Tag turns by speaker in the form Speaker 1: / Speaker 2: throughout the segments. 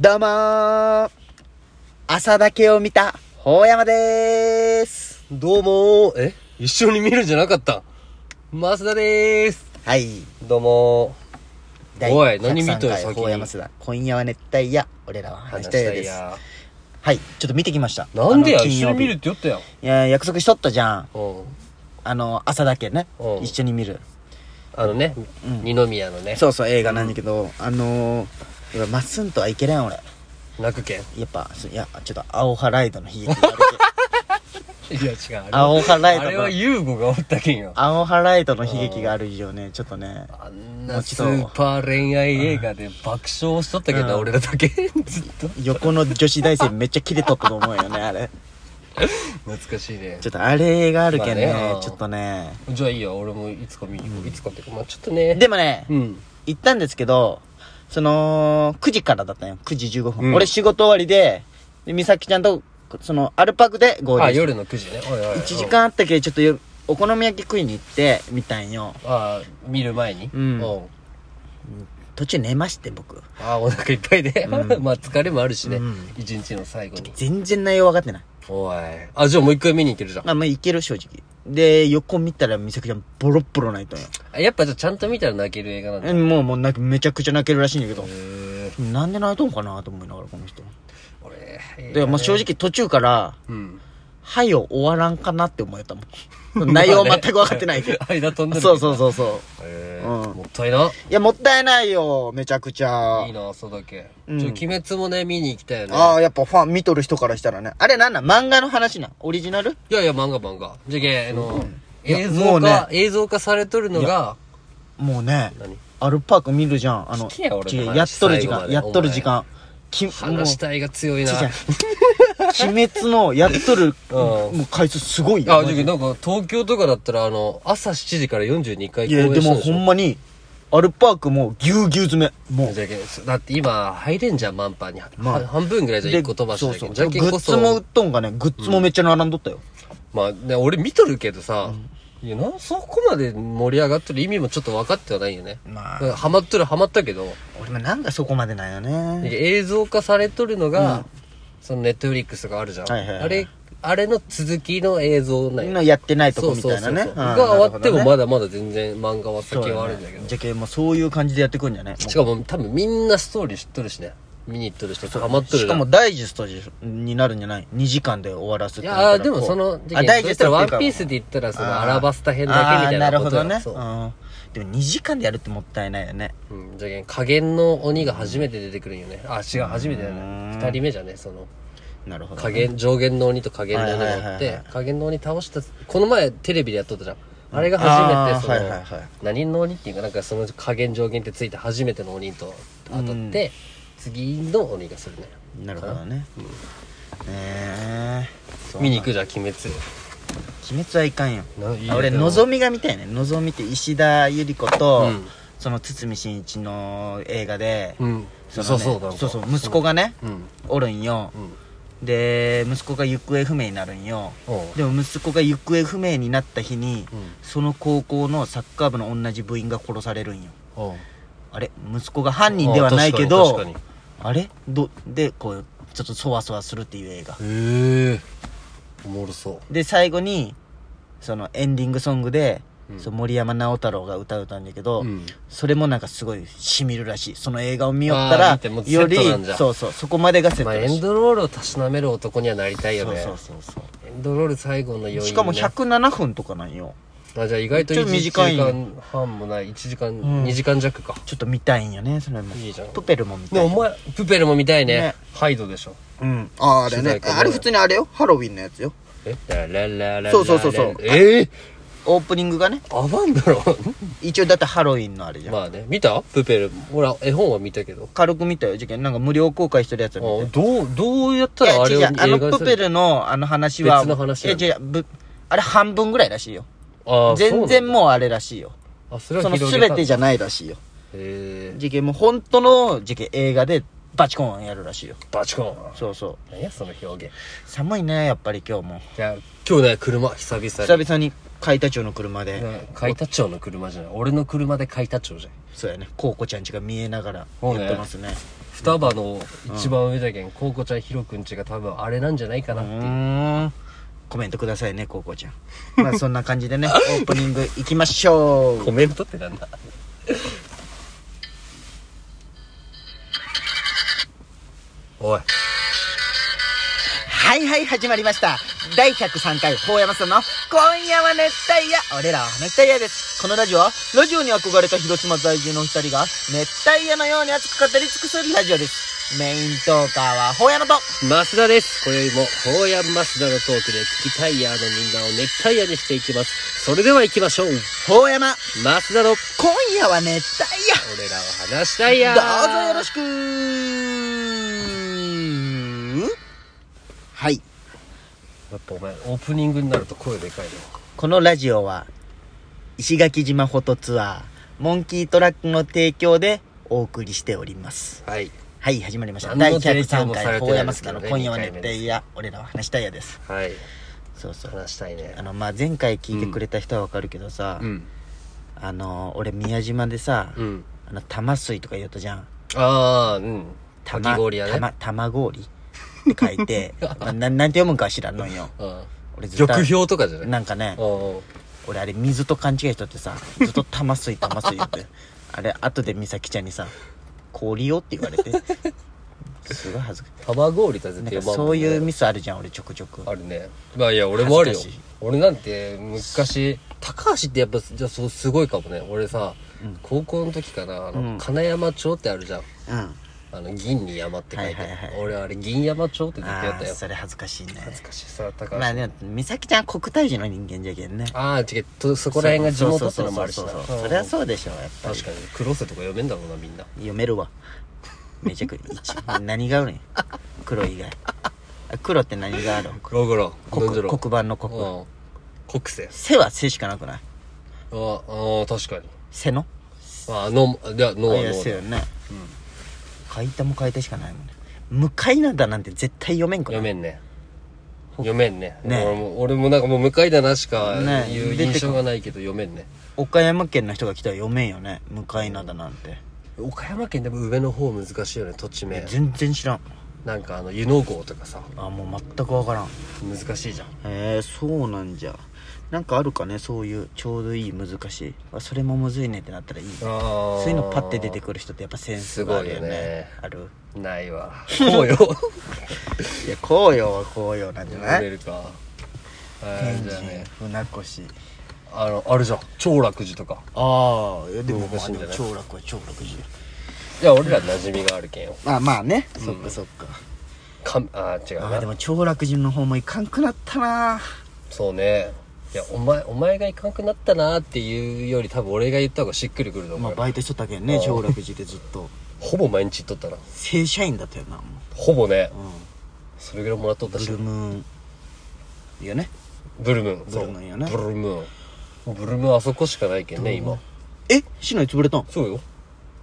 Speaker 1: どうもー朝だけを見た、ほうやまでーす
Speaker 2: どうもー、え一緒に見るんじゃなかった。マスダでーす。
Speaker 1: はい。
Speaker 2: どうもおい何見とる
Speaker 1: 103回
Speaker 2: 先に
Speaker 1: ほうやますだ。今夜は熱帯夜、俺らは
Speaker 2: ー。
Speaker 1: 話したいです。
Speaker 2: や
Speaker 1: はい、ちょっと見てきました。
Speaker 2: なんでや、
Speaker 1: あの
Speaker 2: 一緒に見るっ
Speaker 1: い
Speaker 2: て言ったやん。
Speaker 1: や、約束しとったじゃん。
Speaker 2: うん。
Speaker 1: あの、朝だけね
Speaker 2: う。ん
Speaker 1: 一緒に見る。
Speaker 2: あのね、
Speaker 1: うん
Speaker 2: 二宮のね、
Speaker 1: そうそう、映画なんだけど、あのー、やっぱまっすんとはいけれん、俺。
Speaker 2: 泣くけん。い
Speaker 1: やっぱ、そいや、ちょっと、アオハライドの悲劇がある
Speaker 2: や、違う。
Speaker 1: け青ハライ
Speaker 2: あ
Speaker 1: ド
Speaker 2: れは
Speaker 1: の、
Speaker 2: ユーゴがおったけんよ。
Speaker 1: アオハライドの悲劇がある以上ね、ちょっとね、
Speaker 2: あん
Speaker 1: も
Speaker 2: な
Speaker 1: うち
Speaker 2: ス
Speaker 1: ょっと
Speaker 2: ーパー恋愛映画で爆笑しとったけどな、
Speaker 1: うん
Speaker 2: 俺らだけ。ずっと。
Speaker 1: 横の女子大生めっちゃキレとったと思うよね、あれ。
Speaker 2: 懐かしいね
Speaker 1: ちょ。っとあれがあるけんね、
Speaker 2: まあね
Speaker 1: ちょっとね。
Speaker 2: じゃあいいよ、俺もいつか見に行こう。いつかっていうか、まあちょっとね。
Speaker 1: でもね、
Speaker 2: うん。
Speaker 1: 行ったんですけど、その、9時からだったんよ。9時15分。
Speaker 2: うん
Speaker 1: 俺仕事終わりで、で美咲ちゃんと、その、アルパクで合流
Speaker 2: あ、
Speaker 1: して。
Speaker 2: 夜の9時ね。おいおいおい。
Speaker 1: 1時間あったけど、ちょっとよお好み焼き食いに行って、みたんよ。
Speaker 2: あー見る前に、
Speaker 1: うん途中寝まして、僕。
Speaker 2: ああお腹いっぱいで、 まあ疲れもあるしね、
Speaker 1: うん
Speaker 2: 一日の最後に
Speaker 1: 全然内容分かってない。
Speaker 2: おいあじゃあもう一回見に行けるじゃん
Speaker 1: まあまあいける、正直。で、横見たら美咲ちゃんボロッボロ泣いたんよ。
Speaker 2: あやっぱじゃあちゃんと見たら泣ける映画なんだ
Speaker 1: え
Speaker 2: へ
Speaker 1: もうもう泣きめちゃくちゃ泣けるらしいんだけど。
Speaker 2: え
Speaker 1: なんで泣いとんかなと思いながら、この人。
Speaker 2: 俺
Speaker 1: で、まあ正直途中から、
Speaker 2: うん。
Speaker 1: はよ終わらんかなって思えたもん。内容全く分かってないけど
Speaker 2: 間飛んで る
Speaker 1: そうそううそうそう。
Speaker 2: へえ
Speaker 1: うん
Speaker 2: もったいない
Speaker 1: や、もったいないよ、めちゃくちゃ
Speaker 2: いい。な朝だけ、
Speaker 1: うん
Speaker 2: ちょ鬼滅もね見に行きたいよね
Speaker 1: ああ、やっぱファン見とる人からしたらね。あれなんなん漫画の話なんオリジナル
Speaker 2: いやいや漫画漫画じゃけあの
Speaker 1: や
Speaker 2: 映
Speaker 1: も
Speaker 2: 像
Speaker 1: うね
Speaker 2: 化、映像化されとるのが
Speaker 1: もうね、
Speaker 2: 何
Speaker 1: アルパーク見るじゃん。あの、
Speaker 2: 好きや俺
Speaker 1: 違う
Speaker 2: の話
Speaker 1: やっとる時
Speaker 2: 最後ま
Speaker 1: 間、
Speaker 2: で
Speaker 1: やっとる時間。きもう
Speaker 2: 話したいが強いな
Speaker 1: 違う鬼滅のやっとる、
Speaker 2: うん
Speaker 1: もう回数すごいよ。
Speaker 2: あ、
Speaker 1: マ
Speaker 2: じ
Speaker 1: ジで
Speaker 2: ゃけなんか東京とかだったらあの朝7時から42回
Speaker 1: いや、で
Speaker 2: した
Speaker 1: もほんまに、アルパークもうぎゅうぎゅう詰め。もう。
Speaker 2: じゃけだって今入れんじゃん満帆に、
Speaker 1: まあ
Speaker 2: は半分ぐらいじゃ
Speaker 1: で
Speaker 2: 1個飛ばしたけ
Speaker 1: そうそ
Speaker 2: どじ
Speaker 1: う
Speaker 2: ゃ
Speaker 1: グ
Speaker 2: けんこ
Speaker 1: ッズも売っ
Speaker 2: そ
Speaker 1: とんがねグッズもめっちゃ並んどったよ、
Speaker 2: まあ、ね、俺見とるけどさ、いやなんそこまで盛り上がってる意味もちょっと分かってはないよね、
Speaker 1: まあ
Speaker 2: だからハマっとるハマったけど、
Speaker 1: 俺もなんかそこまでなんよね
Speaker 2: 映像化されとるのが、そのネットフリックスがあるじゃん、
Speaker 1: はいはいはい
Speaker 2: あれあれの続きの映像なん
Speaker 1: の
Speaker 2: や
Speaker 1: やってないと
Speaker 2: そ
Speaker 1: こ
Speaker 2: う
Speaker 1: み
Speaker 2: そ
Speaker 1: た
Speaker 2: う
Speaker 1: いな
Speaker 2: そう、
Speaker 1: ね
Speaker 2: そう
Speaker 1: うん
Speaker 2: が終わっても
Speaker 1: なる
Speaker 2: まだまだ全然漫画は
Speaker 1: ほど
Speaker 2: 先
Speaker 1: ね
Speaker 2: はあるんだけど
Speaker 1: じゃけもうそういう感じでやってくんじゃね
Speaker 2: しかも多分みんなストーリー知っとるしね見に行っとる人ハマっとる
Speaker 1: しかもダイジェストになるんじゃない2時間で終わらすっ
Speaker 2: い
Speaker 1: てなったら
Speaker 2: やーでも
Speaker 1: こう
Speaker 2: その時
Speaker 1: あ
Speaker 2: 期
Speaker 1: ダイジェスト
Speaker 2: ワ
Speaker 1: っていうか
Speaker 2: ンピースで言ったらそ
Speaker 1: あー
Speaker 2: のアラバスタ編だけみたいなこと
Speaker 1: あーなる
Speaker 2: そ
Speaker 1: ほど
Speaker 2: う
Speaker 1: ね、うん、でも2時間でやるってもったいないよね
Speaker 2: うんじゃけん加減の鬼が初めて出てくるんよねあ違う初めてだ
Speaker 1: うー
Speaker 2: ね
Speaker 1: ん
Speaker 2: 2人目じゃねその
Speaker 1: なるほど
Speaker 2: 加減上限の鬼と加減の鬼があっ
Speaker 1: はいはいはいは
Speaker 2: て
Speaker 1: い
Speaker 2: 加減の鬼倒したこの前テレビでやっとったじゃんあれが初めてその、
Speaker 1: あーはいはいはい
Speaker 2: 何の鬼っていうかなんかその加減上限ってついて初めての鬼と当たって、次の鬼がするね
Speaker 1: なるほどねええ
Speaker 2: 見に行くじゃん鬼滅
Speaker 1: 鬼滅はいかんよ
Speaker 2: ないいよ
Speaker 1: あ俺
Speaker 2: でも
Speaker 1: のぞみが見たいねのぞみって石田ゆり子と、
Speaker 2: うん
Speaker 1: その堤真一の映画で、
Speaker 2: うん
Speaker 1: そ
Speaker 2: そう,、
Speaker 1: の
Speaker 2: そう
Speaker 1: ね
Speaker 2: そうなんか
Speaker 1: そうそう息子がね、
Speaker 2: うん
Speaker 1: おるんよ
Speaker 2: う、ん
Speaker 1: で息子が行方不明になるんよ
Speaker 2: おう
Speaker 1: でも息子が行方不明になった日に、
Speaker 2: うん
Speaker 1: その高校のサッカー部の同じ部員が殺されるんよ
Speaker 2: おう
Speaker 1: あれ息子が犯人ではないけ
Speaker 2: あ確
Speaker 1: ど
Speaker 2: かに確
Speaker 1: あれどでこうちょっとそわそわするっていう映画
Speaker 2: かにへえおもろそ
Speaker 1: で最後にそのエンディングソングで、
Speaker 2: うん
Speaker 1: そう森山直太朗が歌うたんだけど、
Speaker 2: う、うん、
Speaker 1: それもなんかすごいしみるらしいその映画を見よった
Speaker 2: あー
Speaker 1: ら
Speaker 2: 見てもうセ
Speaker 1: よ
Speaker 2: ッ
Speaker 1: り
Speaker 2: トなんじゃ
Speaker 1: そうそうそこまでがセッ
Speaker 2: ま
Speaker 1: ト
Speaker 2: あ
Speaker 1: ら
Speaker 2: エ
Speaker 1: し
Speaker 2: ン
Speaker 1: い、
Speaker 2: ドロールをたしなめる男にはなりたいよ
Speaker 1: そう
Speaker 2: ね
Speaker 1: そうそうそう、
Speaker 2: エンドロール最後の余韻、ね、
Speaker 1: しかも107分とかなんよ
Speaker 2: あじゃあ意外と
Speaker 1: ちょ
Speaker 2: 1
Speaker 1: っと
Speaker 2: 時
Speaker 1: 短いんよ
Speaker 2: 間半もない1時間、
Speaker 1: ん
Speaker 2: 2時間弱か
Speaker 1: ちょっと見たいんよねそれも
Speaker 2: いいじゃん
Speaker 1: プペルも見
Speaker 2: で
Speaker 1: た
Speaker 2: も
Speaker 1: い
Speaker 2: お前プペルも見たいね
Speaker 1: ね
Speaker 2: ハイドでしょ
Speaker 1: うんあーあれ
Speaker 2: 主題
Speaker 1: ね
Speaker 2: 歌ね
Speaker 1: あれ普通にあれよハロウィンのやつよ
Speaker 2: えララララ
Speaker 1: そうそうそうそう
Speaker 2: ええ
Speaker 1: オープニングがね
Speaker 2: アバンだろ
Speaker 1: 一応だってハロウィンのあれじゃん、
Speaker 2: まあね見たプペル俺絵本は見たけど
Speaker 1: 軽く見たよ事件なんか無料公開してるやつ
Speaker 2: あ
Speaker 1: は見て
Speaker 2: どうどうやった
Speaker 1: いや
Speaker 2: らあれを
Speaker 1: 違う
Speaker 2: 映画
Speaker 1: あのプペ
Speaker 2: ル
Speaker 1: ルのあの話は
Speaker 2: 別の話
Speaker 1: い
Speaker 2: な
Speaker 1: や
Speaker 2: の
Speaker 1: 違うぶあれ半分ぐらいらしいよ
Speaker 2: あ
Speaker 1: 全然もうあれらしいよ
Speaker 2: うあそれ
Speaker 1: そ
Speaker 2: は
Speaker 1: の
Speaker 2: 広げた
Speaker 1: 全てじゃないらしいよ
Speaker 2: え
Speaker 1: 事件もう本当の事件映画でバチコーンやるらしいよ
Speaker 2: バチコン
Speaker 1: そうそう
Speaker 2: 何やその表現
Speaker 1: 寒いねやっぱり今日も
Speaker 2: いや今日ね車久々に
Speaker 1: 久々に海田町の車で、
Speaker 2: ね海田町の車じゃない俺の車で海田町じゃん
Speaker 1: そうやねコウコちゃんちが見えながら
Speaker 2: そうね
Speaker 1: やってますね
Speaker 2: 双葉の一番上だけん、コウコちゃん、ヒロくんちが多分あれなんじゃないかなっていう。
Speaker 1: んコメントくださいね高校ちゃんまあそんな感じ でねオープニングいきましょう
Speaker 2: コメントってなんだ おい
Speaker 1: はいはい始まりました第103回法山さんの「今夜は熱帯夜俺らは熱帯夜」ですこのラジオはラジオに憧れた広島在住の二人が熱帯夜のように熱く語り尽くすラジオですメイントーカーは法山と
Speaker 2: 増田です今宵もホーヤン増田のトークで聞きたいやーのみんなを熱帯夜にしていきますそれでは行きましょう
Speaker 1: 法山
Speaker 2: 増田の
Speaker 1: 今夜は熱帯夜
Speaker 2: 俺らは話したいやー
Speaker 1: どうぞよろし
Speaker 2: く
Speaker 1: くはい
Speaker 2: やっぱお前オープニングになると声でかい
Speaker 1: このラジオは石垣島フォトツアーモンキートラックの提供でお送りしております
Speaker 2: のはい
Speaker 1: はい始まりました
Speaker 2: 何
Speaker 1: 第
Speaker 2: の提供
Speaker 1: 103
Speaker 2: もさ
Speaker 1: 回
Speaker 2: れて
Speaker 1: 大
Speaker 2: ない
Speaker 1: 山
Speaker 2: ですけ
Speaker 1: 須
Speaker 2: ど
Speaker 1: の
Speaker 2: ね
Speaker 1: 今夜は熱帯夜俺らは話したいやです
Speaker 2: はい
Speaker 1: そうそう
Speaker 2: 話したいね
Speaker 1: あのまあ前回聞いてくれた人はわかるけどさ、
Speaker 2: うん
Speaker 1: あの俺宮島でさ、
Speaker 2: うん
Speaker 1: あの玉水とか言うとじゃん
Speaker 2: ああうんか
Speaker 1: 玉
Speaker 2: き氷や
Speaker 1: たま
Speaker 2: ね
Speaker 1: 玉氷って書い て、まあ、ななんて読むんかは知らんのんよ
Speaker 2: うん
Speaker 1: 俺ずっと
Speaker 2: 玉氷とかじゃない
Speaker 1: なんかね
Speaker 2: うん
Speaker 1: 俺あれ水と勘違いしとってさずっと玉水玉水言 ってあれ後で美咲ちゃんにさ「氷よ」って言われ てすごい恥ずか
Speaker 2: 玉氷とは
Speaker 1: しい
Speaker 2: 絶
Speaker 1: なん
Speaker 2: 対
Speaker 1: か
Speaker 2: 呼ばんも
Speaker 1: そ
Speaker 2: んね
Speaker 1: ういうミスあるじゃん俺ちょくちょく
Speaker 2: あるねまあいや俺もあるよ
Speaker 1: 恥ずかしい
Speaker 2: 俺なんて昔高橋ってやっぱじゃあそうすごいかもね俺さ、高校の時かなあの、
Speaker 1: うん
Speaker 2: 金山町ってあるじゃん
Speaker 1: うん
Speaker 2: あの銀に山って書いて、
Speaker 1: はいはいはい
Speaker 2: 俺あれ銀山町ってずっとや
Speaker 1: あ
Speaker 2: った
Speaker 1: ー
Speaker 2: よ
Speaker 1: それ恥ずかしいね
Speaker 2: 恥ずかしいさ高橋、
Speaker 1: まあでも美咲ちゃんは国体児の人間じゃけんね
Speaker 2: ああ違うとそこら辺が地元ってのもあるし
Speaker 1: そ
Speaker 2: な
Speaker 1: うそうそうそうそりゃ
Speaker 2: う
Speaker 1: そうでしょやっぱり
Speaker 2: 確かにクロスとか読めんだろうなみんな
Speaker 1: 読めるわめちゃくちゃ 何があるんや黒以外あ黒って何があるん
Speaker 2: 黒黒
Speaker 1: 黒黒
Speaker 2: 黒
Speaker 1: 板の黒
Speaker 2: うん国政
Speaker 1: 背は背しかなくない
Speaker 2: あーあー確かに
Speaker 1: 背の
Speaker 2: ああのいや脳は
Speaker 1: あいや
Speaker 2: 脳
Speaker 1: そう
Speaker 2: だ
Speaker 1: よね書いたも書いたしかないもんね向かいなんだなんて絶対読めんから
Speaker 2: 読めんね読めんね
Speaker 1: ね
Speaker 2: 俺も俺もなんかもう向かいだなしか
Speaker 1: ね
Speaker 2: いう
Speaker 1: 出てこ
Speaker 2: 印象がないけど読めんね
Speaker 1: 岡山県の人が来たら読めんよね向かいなんだなんて
Speaker 2: 岡山県でも上の方難しいよね土地名
Speaker 1: 全然知らん
Speaker 2: なんかあの湯の郷とかさ
Speaker 1: あもう全くわからんへ
Speaker 2: 難しいじゃん
Speaker 1: えそうなんじゃなんかあるかねそういうちょうどいい難しいあそれもむずいねってなったらいいね
Speaker 2: あ
Speaker 1: そういうのパッて出てくる人ってやっぱセンスがあるよね
Speaker 2: すごいよね
Speaker 1: ある
Speaker 2: るないわこうよ
Speaker 1: いや紅葉は紅葉なんじゃな
Speaker 2: 読め
Speaker 1: い
Speaker 2: るかは
Speaker 1: 天
Speaker 2: い
Speaker 1: 神
Speaker 2: じゃあね
Speaker 1: 船越
Speaker 2: あのあれじゃん長楽寺とか
Speaker 1: ああいやでも
Speaker 2: 難しいんじゃない
Speaker 1: 長楽は長楽寺
Speaker 2: いや俺ら馴染みがあるけんよ
Speaker 1: まあまあね、そっかそっか
Speaker 2: かあー違う
Speaker 1: あ
Speaker 2: な
Speaker 1: ーでも長楽寺の方も行かんくなったな
Speaker 2: そうねいやお前お前が行かんくなったなーっていうより多分俺が言った方がしっくりくると思
Speaker 1: ま
Speaker 2: う
Speaker 1: あ
Speaker 2: よ、
Speaker 1: バイトしとったけんね長楽寺でずっと
Speaker 2: ほぼ毎日行っとったな
Speaker 1: 正社員だったよなも
Speaker 2: ほぼね、
Speaker 1: う、うん、
Speaker 2: それぐらいもらっとった
Speaker 1: ブ
Speaker 2: し
Speaker 1: ルムーンいいよね
Speaker 2: ブルムーン
Speaker 1: ブルムーンよね
Speaker 2: そうブルムーンブルムーンあそこしかないけんね今
Speaker 1: え市内潰れたん
Speaker 2: そうよ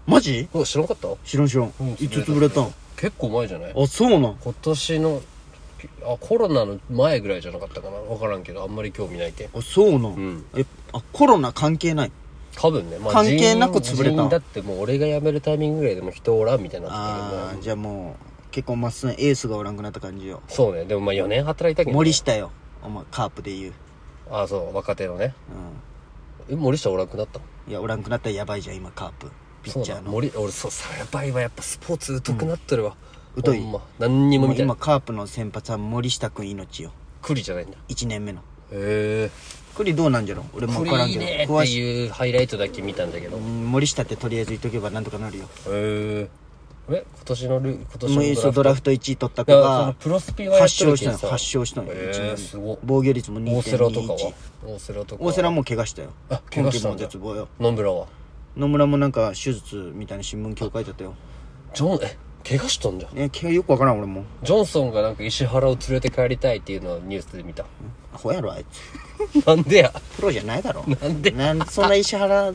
Speaker 1: マジ
Speaker 2: うわ知らなかった
Speaker 1: 知らん知らん、
Speaker 2: うん
Speaker 1: いつ潰れたん
Speaker 2: 結構前じゃない
Speaker 1: あそうなん
Speaker 2: 今年のあコロナの前ぐらいじゃなかったかな分からんけどあんまり興味ないけん
Speaker 1: あそうなん、
Speaker 2: ん
Speaker 1: えあコロナ関係ない
Speaker 2: 多分ね、ま
Speaker 1: 関係なく潰れた
Speaker 2: 人員だってもう俺が辞めるタイミングぐらいでも人おらんみたいになってた
Speaker 1: あ
Speaker 2: け
Speaker 1: ー
Speaker 2: ど
Speaker 1: じゃあもう結構まっすぐエースがおらんくなった感じよ
Speaker 2: そうねでもまあ4年働いたけど、ね、
Speaker 1: 森下よお前カープで言う
Speaker 2: ああそう若手のね
Speaker 1: う
Speaker 2: え森下おらんくなった
Speaker 1: んいやおらんくなったらやばいじゃん今カープピッチャー
Speaker 2: そうだ
Speaker 1: の
Speaker 2: 森俺そうさやばいわやっぱスポーツ疎くなっとるわ、
Speaker 1: うん疎い
Speaker 2: ほんま何にも
Speaker 1: も
Speaker 2: 見
Speaker 1: う
Speaker 2: て
Speaker 1: 今
Speaker 2: ない
Speaker 1: カープの先発は森下君命よ
Speaker 2: 栗じゃないんだ
Speaker 1: 1年目の
Speaker 2: へえ
Speaker 1: 栗どうなんじゃろ俺も分からんけ
Speaker 2: 栗
Speaker 1: ど
Speaker 2: いいねっ
Speaker 1: 詳
Speaker 2: て
Speaker 1: しい
Speaker 2: いうハイライトだけ見たんだけど
Speaker 1: う
Speaker 2: へ
Speaker 1: ん森下ってとりあえず言っとけばなんとかなるよ
Speaker 2: ええ今年のル今
Speaker 1: もう
Speaker 2: 年
Speaker 1: そう
Speaker 2: のド
Speaker 1: ド
Speaker 2: ラ
Speaker 1: ラ
Speaker 2: フ
Speaker 1: フト1位取った
Speaker 2: ト
Speaker 1: 子
Speaker 2: だからその
Speaker 1: が
Speaker 2: プロスピはやっ
Speaker 1: 発
Speaker 2: とる
Speaker 1: 症し
Speaker 2: け
Speaker 1: た
Speaker 2: ん
Speaker 1: の
Speaker 2: さ
Speaker 1: 発症したのよ
Speaker 2: へえす
Speaker 1: 1年
Speaker 2: ごい
Speaker 1: 目防御率も
Speaker 2: 大瀬良とかは
Speaker 1: 2.21
Speaker 2: 大瀬良とかは
Speaker 1: 大瀬良も怪我したよ
Speaker 2: あ怪我したん
Speaker 1: 今季
Speaker 2: だ
Speaker 1: も絶望よ
Speaker 2: 野村は
Speaker 1: 野村もなんか手術みたいな新聞今日書いてあったよ
Speaker 2: ジョンえ怪我したんじゃん
Speaker 1: ね怪我よく分からん俺も
Speaker 2: ジョンソンがなんか石原を連れて帰りたいっていうのをニュースで見た
Speaker 1: アホやろあいつ
Speaker 2: なんでや
Speaker 1: プロじゃないだろ
Speaker 2: なんで
Speaker 1: なんそんな石原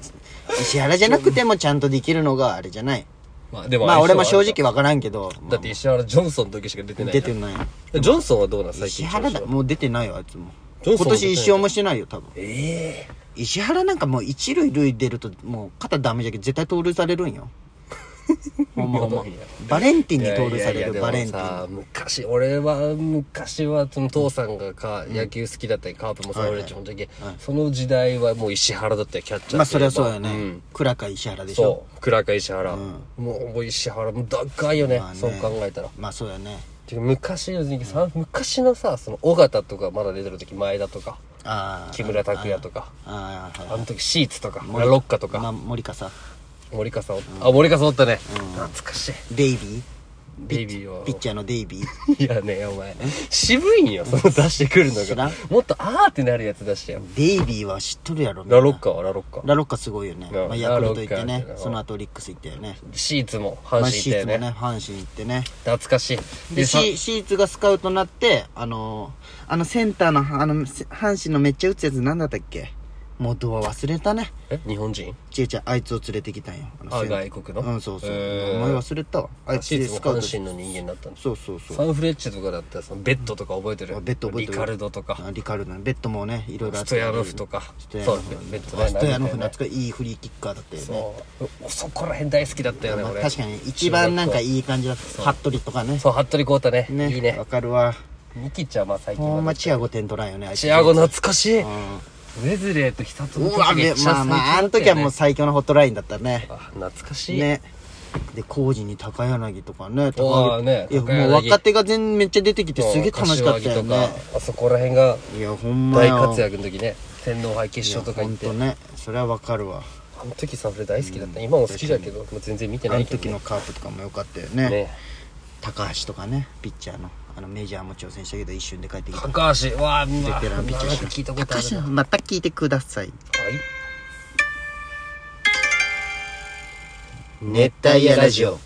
Speaker 1: 石原じゃなくてもちゃんとできるのがあれじゃない
Speaker 2: まあでも
Speaker 1: まあ
Speaker 2: 相性
Speaker 1: 俺
Speaker 2: は
Speaker 1: も
Speaker 2: る
Speaker 1: 正直わからんけど
Speaker 2: だって石原ジョンソンの時しか出てない
Speaker 1: 出てない
Speaker 2: いジョンソンはどうなん最
Speaker 1: 石
Speaker 2: 近
Speaker 1: 原だもう出てないよあいつも
Speaker 2: ジ
Speaker 1: 今
Speaker 2: ョンソンも出てない
Speaker 1: 年一勝もしてないよ多分
Speaker 2: ええ
Speaker 1: 石原なんかもう一塁塁出るともう肩ダメじゃけど絶対盗塁されるんよほんまほんま
Speaker 2: いや
Speaker 1: バレンティン
Speaker 2: い
Speaker 1: に
Speaker 2: やいや
Speaker 1: 登録されるバレンテ
Speaker 2: いやで
Speaker 1: ィン
Speaker 2: もさ昔俺は昔はその父さんがか、野球好きだったりカープもそう
Speaker 1: はいはい
Speaker 2: 俺たちもじゃけ、その時代はもう石原だったよキャッチャー
Speaker 1: まあそ
Speaker 2: とい
Speaker 1: れ
Speaker 2: えば
Speaker 1: はそうよね、
Speaker 2: ん
Speaker 1: 倉川石原でしょ
Speaker 2: そう倉川石原、
Speaker 1: ん
Speaker 2: もうもう石原もう高いよね,、
Speaker 1: まあね
Speaker 2: そう考えたら
Speaker 1: まあそうやね
Speaker 2: てか昔のさ昔のさその尾形とかまだ出てる時前田とか
Speaker 1: ああ
Speaker 2: 木村拓哉とか
Speaker 1: ああ
Speaker 2: あ
Speaker 1: はい
Speaker 2: の時シーツとか
Speaker 1: 森
Speaker 2: ラロッカと
Speaker 1: ま
Speaker 2: か
Speaker 1: あ、森川さ
Speaker 2: 森笠おったあ森笠おったね、懐かしい
Speaker 1: デイビ
Speaker 2: ベイビー
Speaker 1: ー
Speaker 2: を
Speaker 1: ピッチャーのデイビー
Speaker 2: いやねお前渋いんよその出してくるの
Speaker 1: 知ら
Speaker 2: が
Speaker 1: ん
Speaker 2: もっとあーってなるやつ出してよ
Speaker 1: デイビーは知っとるやろみんな
Speaker 2: ラロッカはラロッカ
Speaker 1: ラロッカすごいよね、
Speaker 2: うん
Speaker 1: まあ、ヤクルト行って
Speaker 2: ラロ
Speaker 1: ね
Speaker 2: ッカ
Speaker 1: その後オリックス行ったよね
Speaker 2: シーツも阪
Speaker 1: まあ
Speaker 2: 神
Speaker 1: シ
Speaker 2: だ
Speaker 1: ー
Speaker 2: よ
Speaker 1: ツも
Speaker 2: ね,、
Speaker 1: ね阪神行ってね
Speaker 2: 懐かしい
Speaker 1: で
Speaker 2: で
Speaker 1: シ
Speaker 2: さ
Speaker 1: ーシーツがスカウトになってあのーあのセンターのあのせ阪神のめっちゃ打つやつなんだったっけもうドア忘れたね
Speaker 2: え日本人
Speaker 1: ちえちゃんあいつを連れてきたんよの
Speaker 2: あ
Speaker 1: セン
Speaker 2: 外国の
Speaker 1: うんそうそう、
Speaker 2: へー
Speaker 1: お前忘れたわあいつ
Speaker 2: シー
Speaker 1: で
Speaker 2: ツも
Speaker 1: スカウト
Speaker 2: 阪神の人間だったんです
Speaker 1: そうそうそ
Speaker 2: サ
Speaker 1: う
Speaker 2: ンフレッチェとかだったらそのベッドとか覚えてる
Speaker 1: あベッド覚えてる
Speaker 2: リカルドとか
Speaker 1: あリカルドのベッドもねいろいろあ
Speaker 2: ス
Speaker 1: っ
Speaker 2: ト
Speaker 1: て
Speaker 2: ヤノフとか
Speaker 1: ストヤ
Speaker 2: そ
Speaker 1: ノ
Speaker 2: う
Speaker 1: フ
Speaker 2: ベッド
Speaker 1: あストヤノフ
Speaker 2: だよね
Speaker 1: 懐かしいいいフリーキッカーだったよね
Speaker 2: そうそこら辺大好きだったよね
Speaker 1: まあ
Speaker 2: 俺
Speaker 1: 確かに一番なんか
Speaker 2: い
Speaker 1: いい感じだった服部とかね
Speaker 2: そう服部浩太ね
Speaker 1: ね
Speaker 2: いいね
Speaker 1: わかるわ
Speaker 2: ミキちゃんは最近は
Speaker 1: ほんまチアゴ点取らんよねあいつ
Speaker 2: チアゴ懐かしい
Speaker 1: うん
Speaker 2: ウェズレーと久里の
Speaker 1: うわ
Speaker 2: 時め
Speaker 1: め
Speaker 2: っちゃ
Speaker 1: まあまああの時はもう
Speaker 2: 最
Speaker 1: 最強のホットラインだったね
Speaker 2: 強だったよねあ懐かしい、
Speaker 1: ねで工事に高柳とかね
Speaker 2: お
Speaker 1: 高
Speaker 2: ーね
Speaker 1: いや
Speaker 2: 高柳
Speaker 1: もう若手が全めっちゃ出てきてすげえ楽しかったよ
Speaker 2: 柏
Speaker 1: ね
Speaker 2: 木とかあそこら辺が
Speaker 1: いやほんま
Speaker 2: 大
Speaker 1: よ
Speaker 2: 活躍の時ね天皇杯決勝とか行って
Speaker 1: いやほんとねそれはわかるわ
Speaker 2: あの時サンフレ大好きだった、今も好きだけどもう全然見て
Speaker 1: あ
Speaker 2: な
Speaker 1: の
Speaker 2: いけ
Speaker 1: 時
Speaker 2: ど
Speaker 1: の
Speaker 2: ね
Speaker 1: カープとかも良かったよね
Speaker 2: ね
Speaker 1: 高橋とかねピッチャーのあのメジャーも挑戦したけど一瞬で帰ってきた
Speaker 2: 高橋うわあベ
Speaker 1: ベテランピッチャーで
Speaker 2: 聞いたことあるな
Speaker 1: 高
Speaker 2: は
Speaker 1: 橋また聞いてください
Speaker 2: い
Speaker 1: 熱帯夜ラジオ